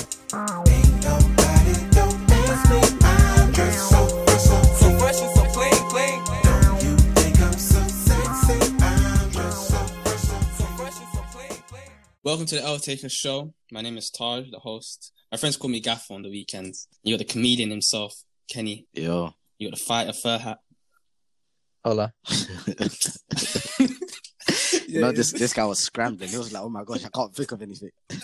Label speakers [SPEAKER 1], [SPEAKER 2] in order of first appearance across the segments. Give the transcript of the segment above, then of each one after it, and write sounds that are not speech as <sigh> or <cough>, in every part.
[SPEAKER 1] Ain't nobody don't ask me. I'm just so fresh, so
[SPEAKER 2] So
[SPEAKER 1] clean.
[SPEAKER 2] fresh and so clean, clean.
[SPEAKER 1] Don't you think I'm so sexy? I'm just so fresh, so
[SPEAKER 2] So fresh and so clean, clean.
[SPEAKER 3] Welcome to the Elevation Show. My name is Taj, the host. My friends call me Gaffer on the weekends. You got the comedian himself, Kenny.
[SPEAKER 4] Yo.
[SPEAKER 3] You got the fighter, Fur Hat.
[SPEAKER 5] Hola.
[SPEAKER 3] <laughs>
[SPEAKER 4] no, this this guy was scrambling. He was like, "Oh my gosh, I can't think of anything."
[SPEAKER 3] Do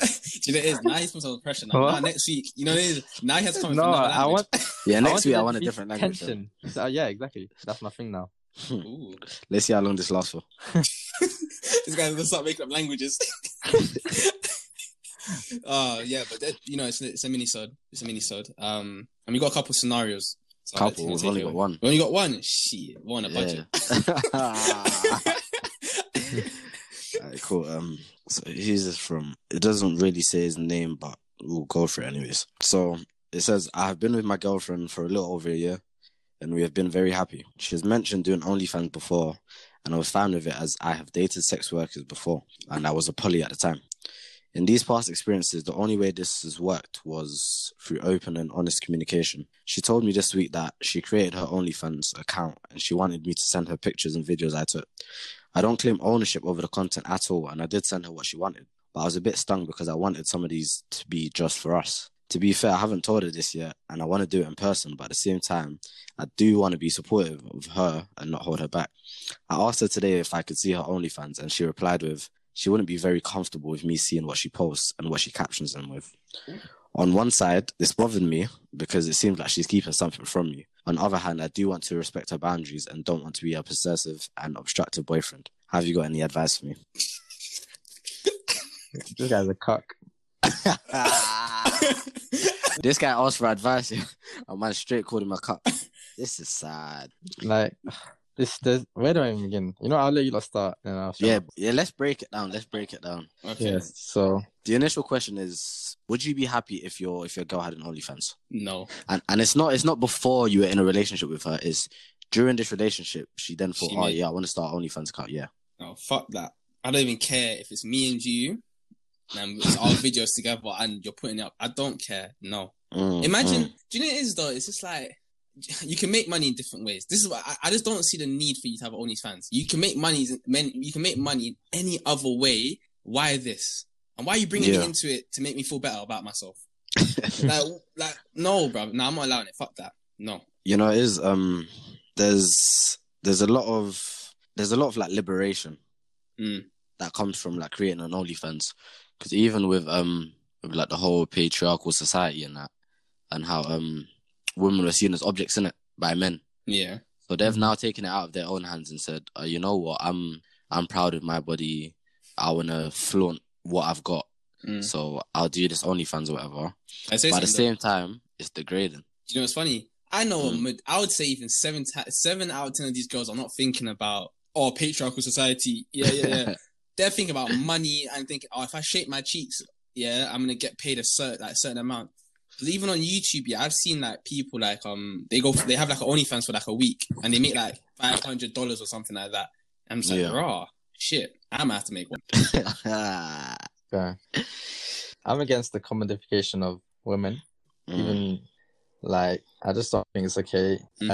[SPEAKER 3] you know what it is? Now he's put under pressure. Now,
[SPEAKER 5] What?
[SPEAKER 3] now next week, you know what it is? Now he has to come in
[SPEAKER 5] No,
[SPEAKER 3] from another
[SPEAKER 5] I
[SPEAKER 3] language.
[SPEAKER 5] want.
[SPEAKER 4] Yeah, next
[SPEAKER 5] wanted
[SPEAKER 4] week I
[SPEAKER 5] there
[SPEAKER 4] want
[SPEAKER 5] to
[SPEAKER 4] a
[SPEAKER 5] be
[SPEAKER 4] different language. though.
[SPEAKER 5] Tension. So, uh, yeah, exactly. That's my thing now.
[SPEAKER 3] Ooh.
[SPEAKER 4] Let's see how long this lasts for.
[SPEAKER 3] this guy's gonna start making up languages. <laughs> uh yeah, but that, you know, it's, it's a mini sod. It's a mini sod. Um, and we got a couple scenarios. So I'll let
[SPEAKER 4] Couple,
[SPEAKER 3] Tina
[SPEAKER 4] we've
[SPEAKER 3] take
[SPEAKER 4] only
[SPEAKER 3] it
[SPEAKER 4] got
[SPEAKER 3] away.
[SPEAKER 4] one.
[SPEAKER 3] We only got one. Shit, one a
[SPEAKER 4] Yeah.
[SPEAKER 3] budget.
[SPEAKER 4] <laughs> Alright, cool. Um, so here's this from. It doesn't really say his name, but we'll go for it anyways. So it says, "I have been with my girlfriend for a little over a year, and we have been very happy. She's mentioned doing OnlyFans before, and I was fine with it as I have dated sex workers before, and I was a poly at the time. In these past experiences, the only way this has worked was through open and honest communication. She told me this week that she created her OnlyFans account and she wanted me to send her pictures and videos I took. I don't claim ownership over the content at all, and I did send her what she wanted, but I was a bit stung because I wanted some of these to be just for us. To be fair, I haven't told her this yet, and I want to do it in person, but at the same time, I do want to be supportive of her and not hold her back. I asked her today if I could see her OnlyFans, and she replied with, she wouldn't be very comfortable with me seeing what she posts and what she captions them with. On one side, this bothered me because it seems like she's keeping something from me. On the other hand, I do want to respect her boundaries and don't want to be a possessive and obstructive boyfriend. Have you got any advice for me?
[SPEAKER 5] This guy's a cuck.
[SPEAKER 4] this guy asked for advice. <laughs> A man straight called him a cup. This is sad.
[SPEAKER 5] Like, this. There's, where do I even begin? You know, I'll let you lot start. And I'll shut
[SPEAKER 4] Yeah,
[SPEAKER 5] up.
[SPEAKER 4] yeah. Let's break it down. Let's break it down.
[SPEAKER 3] Okay.
[SPEAKER 5] Yeah. So
[SPEAKER 4] The initial question is: Would you be happy if your if your girl had an OnlyFans?
[SPEAKER 3] No.
[SPEAKER 4] And and it's not it's not before you were in a relationship with her. It's during this relationship. She then thought,
[SPEAKER 3] She
[SPEAKER 4] oh
[SPEAKER 3] made-
[SPEAKER 4] yeah, I want to start OnlyFans account. Yeah.
[SPEAKER 3] No, Oh, fuck that. I don't even care if it's me and you and it's
[SPEAKER 4] <laughs>
[SPEAKER 3] our videos together and you're putting it up. I don't care. No.
[SPEAKER 4] Mm,
[SPEAKER 3] Imagine,
[SPEAKER 4] mm.
[SPEAKER 3] do you know what it is though? It's just like you can make money in different ways. This is why I, I just don't see the need for you to have OnlyFans. You can make money, men. You can make money in any other way. Why this? And why are you bringing
[SPEAKER 4] Yeah.
[SPEAKER 3] me into it to make me feel better about
[SPEAKER 4] <laughs>
[SPEAKER 3] myself? like, like no, bro. No, I'm not allowing it. Fuck that. No.
[SPEAKER 4] you know it is um there's there's a lot of there's a lot of like liberation
[SPEAKER 3] Mm.
[SPEAKER 4] that comes from like creating an OnlyFans because even with um with, like the whole patriarchal society and that and how um women were seen as objects in it by men
[SPEAKER 3] Yeah.
[SPEAKER 4] so they've now taken it out of their own hands and said uh, you know what I'm I'm proud of my body I wanna flaunt what I've got
[SPEAKER 3] Mm.
[SPEAKER 4] so I'll do this OnlyFans or whatever
[SPEAKER 3] I say
[SPEAKER 4] but at
[SPEAKER 3] something, though.
[SPEAKER 4] the same time it's degrading
[SPEAKER 3] you know it's funny? I know. a
[SPEAKER 5] Hmm.
[SPEAKER 4] Mm.
[SPEAKER 3] mid- I would say even seven ta- seven out of ten of these girls are not thinking about oh patriarchal society. Yeah, yeah, yeah.
[SPEAKER 5] <laughs>
[SPEAKER 3] they're thinking about money and thinking, oh, if I shape my cheeks, yeah, I'm gonna get paid a certain like certain amount. Because even on YouTube, yeah, I've seen like people like um they go they have like an OnlyFans for like a week and they make like five hundred dollars or something like that. I'm just like,
[SPEAKER 4] Yeah.
[SPEAKER 3] raw shit. I'm gonna have to make one.
[SPEAKER 5] yeah. I'm against the commodification of women.
[SPEAKER 4] <laughs> Mm.
[SPEAKER 5] Even like, I just don't think it's okay.
[SPEAKER 3] Mhm.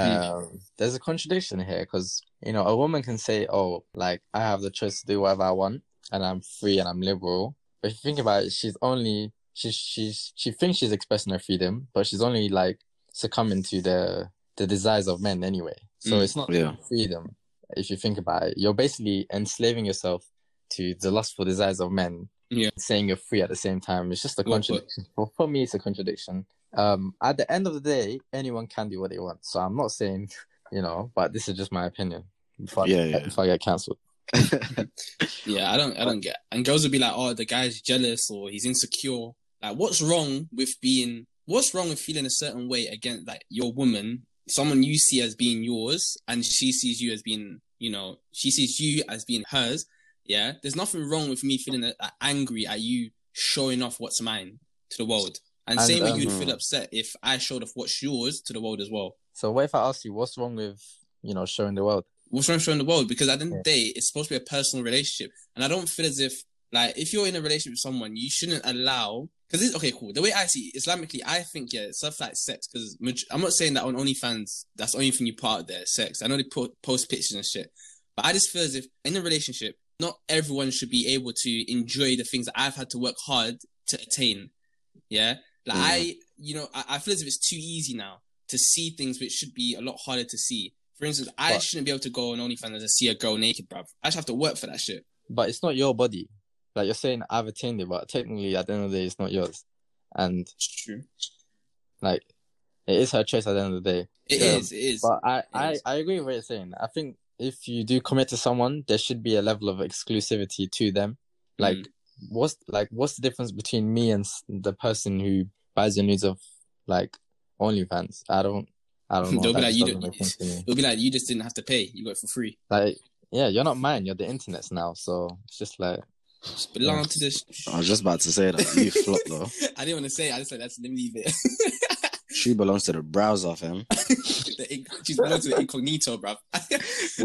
[SPEAKER 5] Um, there's a contradiction here because you know a woman can say, "Oh, like I have the choice to do whatever I want, and I'm free and I'm liberal." But if you think about it, she's only she's she's she thinks she's expressing her freedom, but she's only like succumbing to the the desires of men anyway. So
[SPEAKER 3] Mm.
[SPEAKER 5] it's not
[SPEAKER 4] yeah
[SPEAKER 5] freedom. If you think about it, you're basically enslaving yourself to the lustful desires of men.
[SPEAKER 3] Yeah.
[SPEAKER 5] Saying you're free at the same time. It's just a
[SPEAKER 3] Well put.
[SPEAKER 5] contradiction. For, for me, it's a contradiction. Um, at the end of the day, anyone can do what they want. So I'm not saying, <laughs> you know, but this is just my opinion. If I,
[SPEAKER 4] Yeah, yeah.
[SPEAKER 5] If I get cancelled.
[SPEAKER 3] Yeah, I don't I don't get. And girls would be like, oh, the guy's jealous or he's insecure. Like, what's wrong with being? What's wrong with feeling a certain way against like your woman, someone you see as being yours, and she sees you as being, you know, she sees you as being hers. Yeah, there's nothing wrong with me feeling uh, angry at you showing off what's mine to the world. And,
[SPEAKER 5] And,
[SPEAKER 3] same way you'd
[SPEAKER 4] um,
[SPEAKER 3] feel upset if I showed off what's yours to the world as well.
[SPEAKER 5] So what if I ask you, what's wrong with, you know, showing the world?
[SPEAKER 3] what's wrong with showing the world because at the end of the day, it's supposed to be a personal relationship. And I don't feel as if Like, if you're in a relationship with someone, you shouldn't allow. Because it's okay, cool. The way I see it, Islamically, I think, yeah, stuff like sex, because I'm not saying that on OnlyFans, that's the only thing you put out there, sex. I know they put, post pictures and shit. But I just feel as if in a relationship, not everyone should be able to enjoy the things that I've had to work hard to attain. Yeah. Like,
[SPEAKER 4] Mm.
[SPEAKER 3] I, you know, I, I feel as if it's too easy now to see things which should be a lot harder to see. For instance, I
[SPEAKER 5] But-
[SPEAKER 3] shouldn't be able to go on OnlyFans and see a girl naked, bruv. I should have to work for that shit.
[SPEAKER 5] But it's not your body. Like you're saying, I've attained it, but technically, at the end of the day, it's not yours. And
[SPEAKER 3] It's true.
[SPEAKER 5] like, it is her choice at the end of the day.
[SPEAKER 3] It
[SPEAKER 5] Yeah,
[SPEAKER 3] is. It is.
[SPEAKER 5] But I, I,
[SPEAKER 3] Yes.
[SPEAKER 5] I agree with what you're saying. I think if you do commit to someone, there should be a level of exclusivity to them. Like,
[SPEAKER 3] Mm.
[SPEAKER 5] what's like what's the difference between me and s- the person who buys your needs of like OnlyFans? I don't, I
[SPEAKER 3] <laughs>
[SPEAKER 5] don't know.
[SPEAKER 3] They'll be
[SPEAKER 5] That
[SPEAKER 3] like,
[SPEAKER 5] just
[SPEAKER 3] you
[SPEAKER 5] doesn't
[SPEAKER 3] don't-
[SPEAKER 5] make sense to me.
[SPEAKER 3] It'll be like you just didn't have to pay. You got it for free.
[SPEAKER 5] <laughs> Like, yeah, you're not mine. You're the internet's now. So it's just like,
[SPEAKER 3] Just belong
[SPEAKER 5] Yeah.
[SPEAKER 3] to this.
[SPEAKER 4] I was just about to say that you flop though.
[SPEAKER 3] <laughs> I didn't want to say. it. I just like that's let me leave it. <laughs>
[SPEAKER 4] She belongs to the browser, fam.
[SPEAKER 3] The inc- she's belong to the incognito, bruv.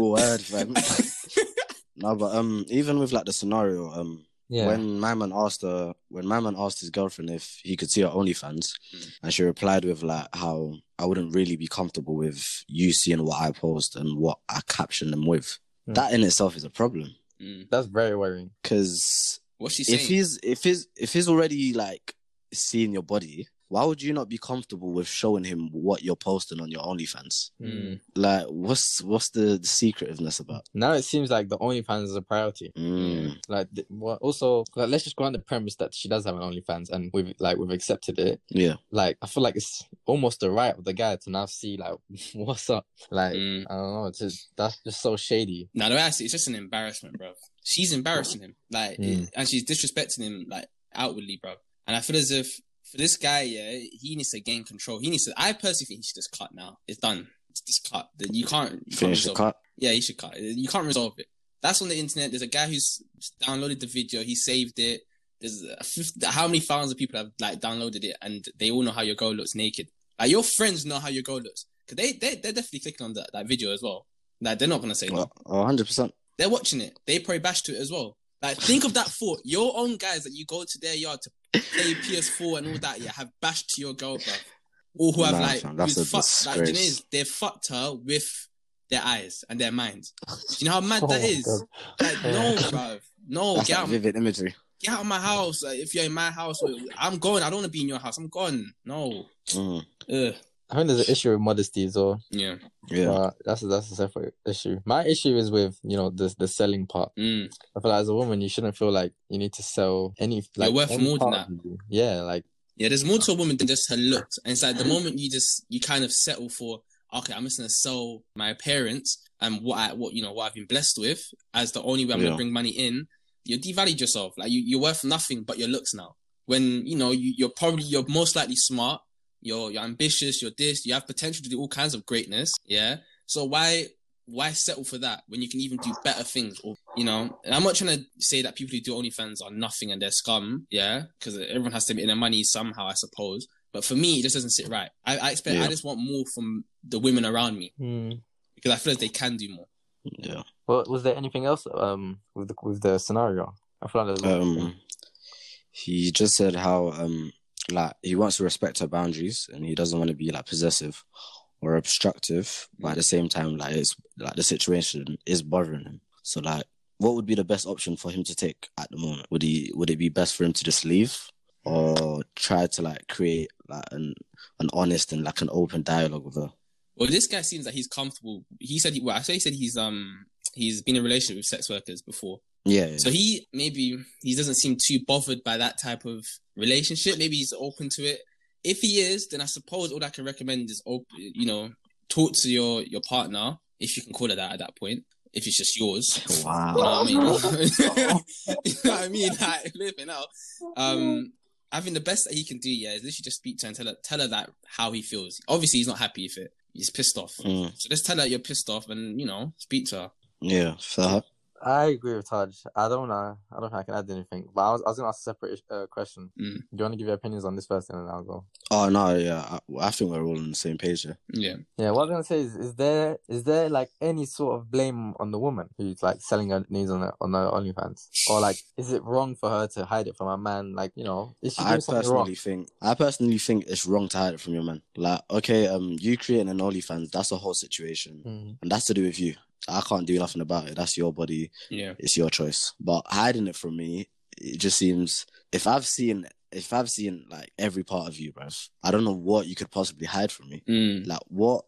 [SPEAKER 3] <laughs>
[SPEAKER 4] Word, fam. No, but um, even with like the scenario, um,
[SPEAKER 5] yeah,
[SPEAKER 4] when my man asked her, when my man asked his girlfriend if he could see her OnlyFans, and she replied with like how I wouldn't really be comfortable with you seeing what I post and what I caption them with.
[SPEAKER 5] Mm.
[SPEAKER 4] That in itself is a problem
[SPEAKER 3] Mm.
[SPEAKER 5] that's very worrying.
[SPEAKER 4] because
[SPEAKER 3] What's she saying?
[SPEAKER 4] if he's if he's if he's already like seeing your body, why would you not be comfortable with showing him what you're posting on your OnlyFans?
[SPEAKER 3] Mm.
[SPEAKER 4] Like, what's what's the, the secretiveness about?
[SPEAKER 5] Now it seems like the OnlyFans is a priority.
[SPEAKER 4] Mm.
[SPEAKER 5] Like, th- well, also, like, let's just go on the premise that she does have an OnlyFans, and we've like we've accepted it.
[SPEAKER 4] Yeah.
[SPEAKER 5] Like, I feel like it's almost the right of the guy to now see like <laughs> what's up. Like,
[SPEAKER 3] Mm.
[SPEAKER 5] I don't know. It's just that's just so shady.
[SPEAKER 3] No, the way I see it, it's just an embarrassment, bruv. She's embarrassing him, like,
[SPEAKER 5] Mm.
[SPEAKER 3] and she's disrespecting him, like, outwardly, bruv. And I feel as if for this guy, yeah, he needs to gain control. He needs to. I personally think he should just cut now. It's done. It's just cut. You can't you can't
[SPEAKER 4] Finish the
[SPEAKER 3] resolve
[SPEAKER 4] cut.
[SPEAKER 3] Yeah, you should cut. it. You can't resolve it. That's on the internet. There's a guy who's downloaded the video. He saved it. There's a fif- how many thousands of people have like downloaded it, and they all know how your girl looks naked. Like your friends know how your girl looks because they they they're definitely clicking on that, that video as well. Like they're not gonna say no.
[SPEAKER 4] Well, 100%.
[SPEAKER 3] They're watching it. They probably bash to it as well. Like think of that thought. Your own guys that you go to their yard to play PS4 and all that. Yeah, have bashed to your girl, bro. Or who have
[SPEAKER 4] Nah,
[SPEAKER 3] like
[SPEAKER 4] fam, that's
[SPEAKER 3] who's
[SPEAKER 4] a
[SPEAKER 3] fucked, like, do you know what it
[SPEAKER 4] disgrace.
[SPEAKER 3] is? they fucked her with their eyes and their minds. Do you know how mad
[SPEAKER 5] Oh
[SPEAKER 3] that
[SPEAKER 5] my
[SPEAKER 3] is?
[SPEAKER 5] God.
[SPEAKER 3] Like no, bro. No,
[SPEAKER 4] That's
[SPEAKER 3] get
[SPEAKER 4] like
[SPEAKER 3] out,
[SPEAKER 4] vivid imagery.
[SPEAKER 3] get out of my house. Like, if you're in my house, I'm going. I don't want to be in your house. I'm gone. No.
[SPEAKER 4] Mm.
[SPEAKER 3] Ugh.
[SPEAKER 5] I think there's an issue with modesty as well.
[SPEAKER 3] Yeah.
[SPEAKER 4] Yeah.
[SPEAKER 5] But that's that's a separate issue. My issue is with you know the the selling part.
[SPEAKER 3] Mm.
[SPEAKER 5] I feel like as a woman, you shouldn't feel like you need to sell any like
[SPEAKER 3] worth
[SPEAKER 5] any
[SPEAKER 3] more than
[SPEAKER 5] part of you. Yeah, like
[SPEAKER 3] Yeah, there's more to a woman than just her looks. And it's like the moment you just you kind of settle for, okay, I'm just gonna sell my appearance and what I what you know what I've been blessed with as the only way I'm
[SPEAKER 4] Yeah.
[SPEAKER 3] gonna bring money in, you devalued yourself. Like you, you're worth nothing but your looks now. When you know you, you're probably you're most likely smart, you're you're ambitious, you're this, you have potential to do all kinds of greatness. Yeah. So why why settle for that when you can even do better things? Or you know, and I'm not trying to say that people who do OnlyFans are nothing and they're scum. Yeah, because everyone has to make their money somehow, I suppose. But for me, it just doesn't sit right. I, I expect
[SPEAKER 4] Yeah.
[SPEAKER 3] I just want more from the women around me
[SPEAKER 5] hmm.
[SPEAKER 3] because I feel like they can do more.
[SPEAKER 4] Yeah.
[SPEAKER 5] Well, was there anything else um with the with the scenario? I feel like there's-
[SPEAKER 4] Um, he just said how um like he wants to respect her boundaries and he doesn't want to be like possessive or obstructive, but at the same time, like it's like the situation is bothering him. So like, what would be the best option for him to take at the moment? Would he would it be best for him to just leave or try to like create like an an honest and like an open dialogue with her?
[SPEAKER 3] Well, this guy seems like he's comfortable. He said, he, well, I say he said he's um he's been in a relationship with sex workers before,
[SPEAKER 4] Yeah. yeah.
[SPEAKER 3] so he maybe he doesn't seem too bothered by that type of relationship. Maybe he's open to it. If he is, then I suppose all I can recommend is open, you know, talk to your your partner if you can call it that at that point. If it's just yours, you
[SPEAKER 4] Wow.
[SPEAKER 3] know what I mean? <laughs> you know what I mean? <laughs> Like flipping out. Um, I think the best that he can do, yeah, is literally just speak to her and tell her tell her that how he feels. Obviously, he's not happy if it. He's pissed off.
[SPEAKER 4] Mm,
[SPEAKER 3] So just tell her you're pissed off and, you know, speak to her.
[SPEAKER 4] yeah. Fair.
[SPEAKER 5] I agree with Taj. I don't know. I don't think I can add anything. But I was, I was gonna ask a separate uh, question.
[SPEAKER 3] Mm.
[SPEAKER 5] Do you want to give your opinions on this first, and then I'll go.
[SPEAKER 4] Oh no, yeah, I, I think we're all on the same page here.
[SPEAKER 3] Yeah.
[SPEAKER 5] Yeah, what I'm gonna say is, is there is there like any sort of blame on the woman who's like selling her knees on her, on her OnlyFans, or like is it wrong for her to hide it from a man? Like you know, is she doing
[SPEAKER 4] I
[SPEAKER 5] something
[SPEAKER 4] personally
[SPEAKER 5] wrong?
[SPEAKER 4] think I personally think it's wrong to hide it from your man. Like, okay, um, you creating an OnlyFans, that's a whole situation,
[SPEAKER 5] Mm.
[SPEAKER 4] and that's to do with you. I can't do nothing about it. That's your body.
[SPEAKER 3] Yeah.
[SPEAKER 4] It's your choice. But hiding it from me, it just seems. If I've seen, if I've seen like every part of you, bruv, I don't know what you could possibly hide from me.
[SPEAKER 3] Mm.
[SPEAKER 4] Like, what,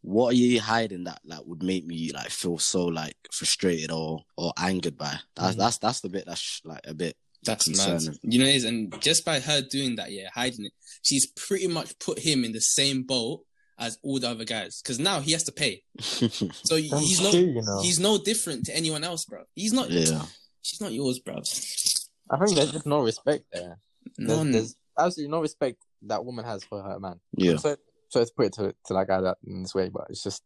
[SPEAKER 4] what are you hiding that like would make me like feel so like frustrated or or angered by? That's
[SPEAKER 5] Mhm.
[SPEAKER 4] that's that's the bit that's like a bit <laughs>
[SPEAKER 3] That's mad.
[SPEAKER 4] Concerning.
[SPEAKER 3] You know, it is, and just by her doing that, yeah, hiding it, she's pretty much put him in the same boat as all the other guys. Because now he has to pay, so
[SPEAKER 5] That's
[SPEAKER 3] he's no,
[SPEAKER 5] true, you know.
[SPEAKER 3] he's no different to anyone else, bro. He's not.
[SPEAKER 4] yeah.
[SPEAKER 3] She's not yours, bro.
[SPEAKER 5] I think there's just no respect there. There's,
[SPEAKER 3] None.
[SPEAKER 5] there's absolutely no respect that woman has for her man.
[SPEAKER 4] Yeah.
[SPEAKER 5] So, so let's put it to, to that guy that in this way, but it's just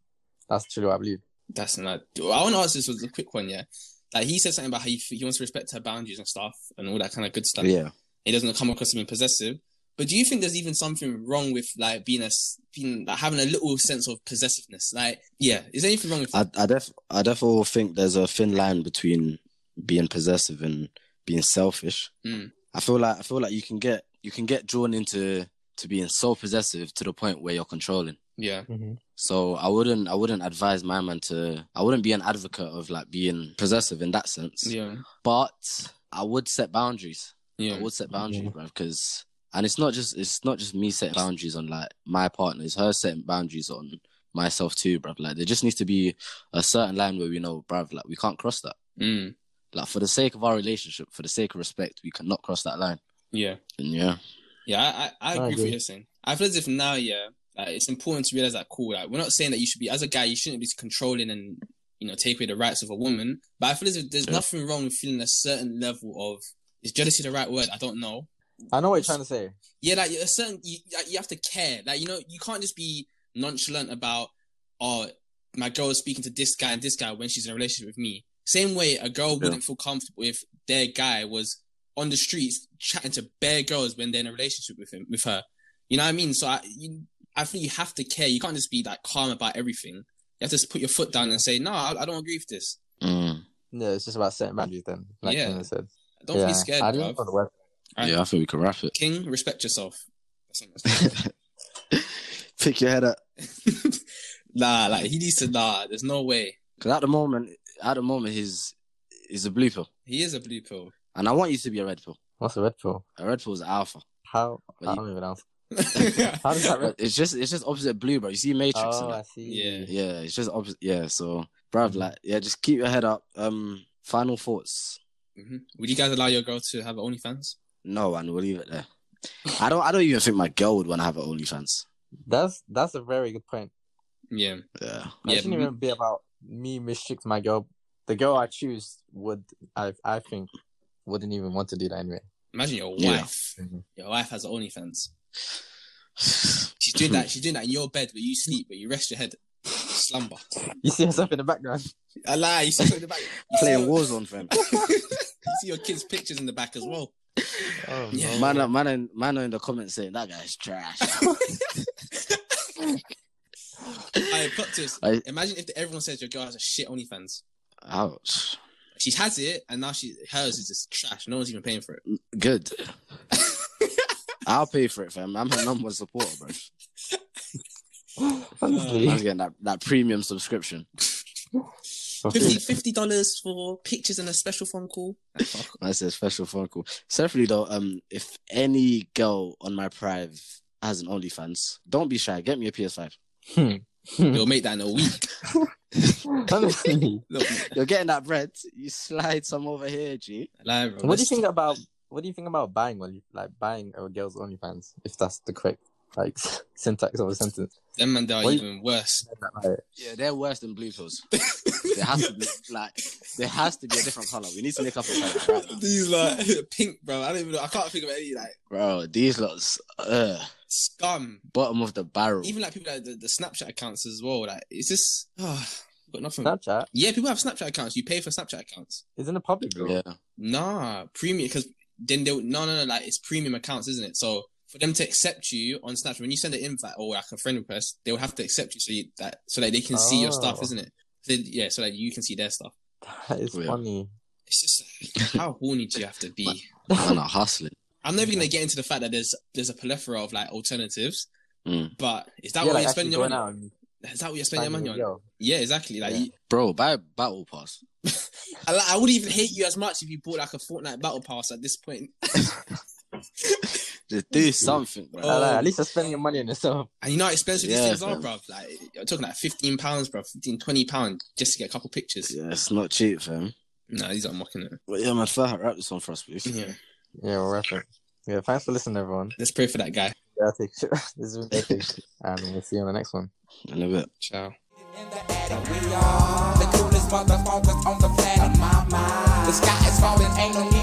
[SPEAKER 5] that's truly what I believe.
[SPEAKER 3] That's not. I want to ask this was a quick one, yeah. Like he said something about how he, he wants to respect her boundaries and stuff and all that kind of good stuff.
[SPEAKER 4] Yeah.
[SPEAKER 3] He doesn't come across as being possessive. But do you think there's even something wrong with like being a s- being like having a little sense of possessiveness? Like, yeah, is there anything wrong with that?
[SPEAKER 4] I I def I definitely think there's a thin line between being possessive and being selfish.
[SPEAKER 3] Mm.
[SPEAKER 4] I feel like I feel like you can get you can get drawn into to being so possessive to the point where you're controlling.
[SPEAKER 3] Yeah,
[SPEAKER 4] So I wouldn't I wouldn't advise my man to I wouldn't be an advocate of like being possessive in that sense.
[SPEAKER 3] yeah,
[SPEAKER 4] But I would set boundaries. I
[SPEAKER 3] yeah,
[SPEAKER 4] would set boundaries, bro, because and it's not just it's not just me setting boundaries on like my partner, it's her setting boundaries on myself too, bruv. Like there just needs to be a certain line where we know, bruv, like we can't cross that.
[SPEAKER 3] mm,
[SPEAKER 4] Like for the sake of our relationship, for the sake of respect, we cannot cross that line.
[SPEAKER 3] yeah,
[SPEAKER 4] And yeah.
[SPEAKER 3] yeah. I I, I agree,
[SPEAKER 5] I
[SPEAKER 3] with what
[SPEAKER 5] agree.
[SPEAKER 3] you're saying. I feel as if now, yeah, like, it's important to realize that cool. Like, we're not saying that you should be as a guy, you shouldn't be controlling and you know take away the rights of a woman. But I feel as if there's
[SPEAKER 4] Yeah.
[SPEAKER 3] nothing wrong with feeling a certain level of is jealousy the right word? I don't know.
[SPEAKER 5] I know what you're trying to say.
[SPEAKER 3] yeah, like a certain you, like, you have to care. Like you know, you can't just be nonchalant about oh my girl is speaking to this guy and this guy when she's in a relationship with me. Same way a girl wouldn't feel comfortable if their guy was on the streets chatting to bare girls when they're in a relationship with him with her. You know what I mean? So I you, I think you have to care. You can't just be like calm about everything. You have to just put your foot down and say no, I, I don't agree with this.
[SPEAKER 4] Mm.
[SPEAKER 5] Yeah, it's just about setting boundaries then. Like
[SPEAKER 3] Yeah.
[SPEAKER 5] yeah. said.
[SPEAKER 3] Don't
[SPEAKER 5] yeah.
[SPEAKER 3] be scared.
[SPEAKER 5] I
[SPEAKER 3] bruv.
[SPEAKER 5] didn't know the word.
[SPEAKER 3] Alright.
[SPEAKER 4] Yeah, I think we can wrap it.
[SPEAKER 3] King, respect yourself. <laughs> That's all I'm saying.
[SPEAKER 4] <laughs> Pick your head up.
[SPEAKER 3] nah, like he needs to nah. There's no way.
[SPEAKER 4] Cause at the moment at the moment he's he's a blue pill.
[SPEAKER 3] He is a blue pill. <laughs>
[SPEAKER 4] And I want you to be a red pill.
[SPEAKER 5] What's the red pill?
[SPEAKER 4] A red pill's alpha.
[SPEAKER 5] How?
[SPEAKER 4] Well,
[SPEAKER 5] I
[SPEAKER 4] you-
[SPEAKER 5] don't
[SPEAKER 3] <laughs>
[SPEAKER 5] even know. How does
[SPEAKER 3] yeah,
[SPEAKER 5] that
[SPEAKER 3] <laughs>
[SPEAKER 4] But
[SPEAKER 5] red?
[SPEAKER 4] It's just it's just opposite blue, bro. You see Matrix and
[SPEAKER 5] Oh,
[SPEAKER 4] that.
[SPEAKER 5] I see.
[SPEAKER 3] Yeah.
[SPEAKER 4] Yeah, it's just opposite. Yeah, so
[SPEAKER 3] Mm-hmm.
[SPEAKER 4] bruv, like, yeah, just keep your head up. Um, final thoughts.
[SPEAKER 3] Mhm. Would you guys allow your girl to have OnlyFans?
[SPEAKER 4] No, and we'll leave it there. I don't. I don't even think my girl would want to have an OnlyFans.
[SPEAKER 5] That's that's a very good point.
[SPEAKER 3] Yeah,
[SPEAKER 4] Yeah,
[SPEAKER 5] It
[SPEAKER 3] Yeah,
[SPEAKER 5] shouldn't
[SPEAKER 3] mm.
[SPEAKER 5] even be about me restrict my girl. The girl I choose would I I think wouldn't even want to do that anyway.
[SPEAKER 3] imagine your
[SPEAKER 4] Yeah.
[SPEAKER 3] wife.
[SPEAKER 5] Mhm.
[SPEAKER 3] Your wife has OnlyFans. She's doing that. She's doing that in your bed where you sleep, where you rest your head, <laughs> slumber.
[SPEAKER 5] You see herself in the background.
[SPEAKER 3] I lie. You see her in the
[SPEAKER 5] <laughs>
[SPEAKER 3] back. You see,
[SPEAKER 4] <sighs> playing
[SPEAKER 3] your,
[SPEAKER 4] Warzone, fam.
[SPEAKER 3] <laughs> you see your kids' pictures in the back as well.
[SPEAKER 5] Oh,
[SPEAKER 3] Yeah.
[SPEAKER 4] Man, are- man, in- man, are in the comments saying that guy's trash.
[SPEAKER 3] I plot twist.
[SPEAKER 4] I-
[SPEAKER 3] Imagine if everyone says your girl has a shit OnlyFans.
[SPEAKER 4] Ouch.
[SPEAKER 3] She has it, and now she hers is just trash. No one's even paying for it. <laughs>
[SPEAKER 4] Good. I'll pay for it, fam. I'm her number one supporter, bro.
[SPEAKER 5] <laughs>
[SPEAKER 3] <laughs>
[SPEAKER 5] Honestly,
[SPEAKER 4] I'm getting that, that premium subscription.
[SPEAKER 5] For free.
[SPEAKER 3] 50 dollars for pictures and a special phone call.
[SPEAKER 4] That's a special phone call. Separately though, um, if any girl on my prive has an OnlyFans, don't be shy. Get me a PS5.
[SPEAKER 5] Hmm.
[SPEAKER 3] You'll make that in a <laughs> week.
[SPEAKER 5] honestly.
[SPEAKER 3] Look,
[SPEAKER 4] You're getting that bread. You slide some over here, G.
[SPEAKER 3] lie, bro.
[SPEAKER 5] What do you think about what do you think about buying only like buying a girl's OnlyFans if that's the correct like <laughs> syntax of a sentence?
[SPEAKER 3] Them man, they are
[SPEAKER 5] What do you-
[SPEAKER 3] even
[SPEAKER 4] <laughs>
[SPEAKER 3] worse.
[SPEAKER 5] Like,
[SPEAKER 4] Yeah, they're worse than blue pills. there has to be like there has to be a different color. We need to make up a color,
[SPEAKER 3] <laughs>
[SPEAKER 4] right?
[SPEAKER 3] These like pink, bro. I don't even know. I can't think of any like
[SPEAKER 4] bro. These lots, uh,
[SPEAKER 3] scum.
[SPEAKER 4] bottom of the barrel.
[SPEAKER 3] Even like people like the, the Snapchat accounts as well. Like it's just. ah, Got nothing.
[SPEAKER 5] Snapchat
[SPEAKER 3] Yeah, people have Snapchat accounts. You pay for Snapchat accounts.
[SPEAKER 5] isn't it public though?
[SPEAKER 4] Yeah.
[SPEAKER 3] Nah, premium because then they'll no no no like it's premium accounts, isn't it? So for them to accept you on Snapchat when you send an invite or like a friend request, they'll have to accept you so you, that so that they can see your stuff,
[SPEAKER 5] Oh.
[SPEAKER 3] isn't it? So, yeah, so that you can see their stuff.
[SPEAKER 5] <laughs> That is
[SPEAKER 4] Yeah.
[SPEAKER 5] funny.
[SPEAKER 3] It's just how horny do you have to
[SPEAKER 4] <laughs>
[SPEAKER 3] be?
[SPEAKER 4] Man are hustling.
[SPEAKER 3] I'm never gonna get into the fact that there's there's a plethora of like alternatives,
[SPEAKER 4] Mm.
[SPEAKER 3] but is that
[SPEAKER 5] yeah,
[SPEAKER 3] what
[SPEAKER 5] like
[SPEAKER 3] you're
[SPEAKER 5] actually
[SPEAKER 3] spending your
[SPEAKER 5] going
[SPEAKER 3] money?
[SPEAKER 5] out and
[SPEAKER 3] Is that what you're spending your money on?
[SPEAKER 5] yo,
[SPEAKER 3] Yeah, exactly. Like,
[SPEAKER 5] Yeah.
[SPEAKER 3] you-
[SPEAKER 4] Bro, buy a battle pass.
[SPEAKER 3] I, like, I would even hate you as much if you bought like a Fortnite battle pass at this point.
[SPEAKER 4] Just do something, bro.
[SPEAKER 5] I like,
[SPEAKER 3] Oh.
[SPEAKER 5] at least you're spending your money on yourself.
[SPEAKER 3] And you know how expensive these
[SPEAKER 4] Yeah,
[SPEAKER 3] things are,
[SPEAKER 4] fam.
[SPEAKER 3] bruv. Like you're talking like fifteen pounds, bruv, 15, 20 pounds just to get a couple pictures.
[SPEAKER 4] Yeah, it's not cheap, fam.
[SPEAKER 3] No, these aren't mocking it.
[SPEAKER 4] But yeah, man, Fahad, wrap this one for us, <laughs> please.
[SPEAKER 3] Yeah.
[SPEAKER 5] Yeah, we're wrapping. Yeah, thanks for listening, everyone.
[SPEAKER 3] Let's pray for that guy.
[SPEAKER 5] Yeah, I think- <laughs> this is epic, and we'll see you on the next one.
[SPEAKER 4] In a bit.
[SPEAKER 3] Ciao.
[SPEAKER 2] In the attic, we are the coolest motherfuckers on the planet. My mind, the sky is falling, ain't no need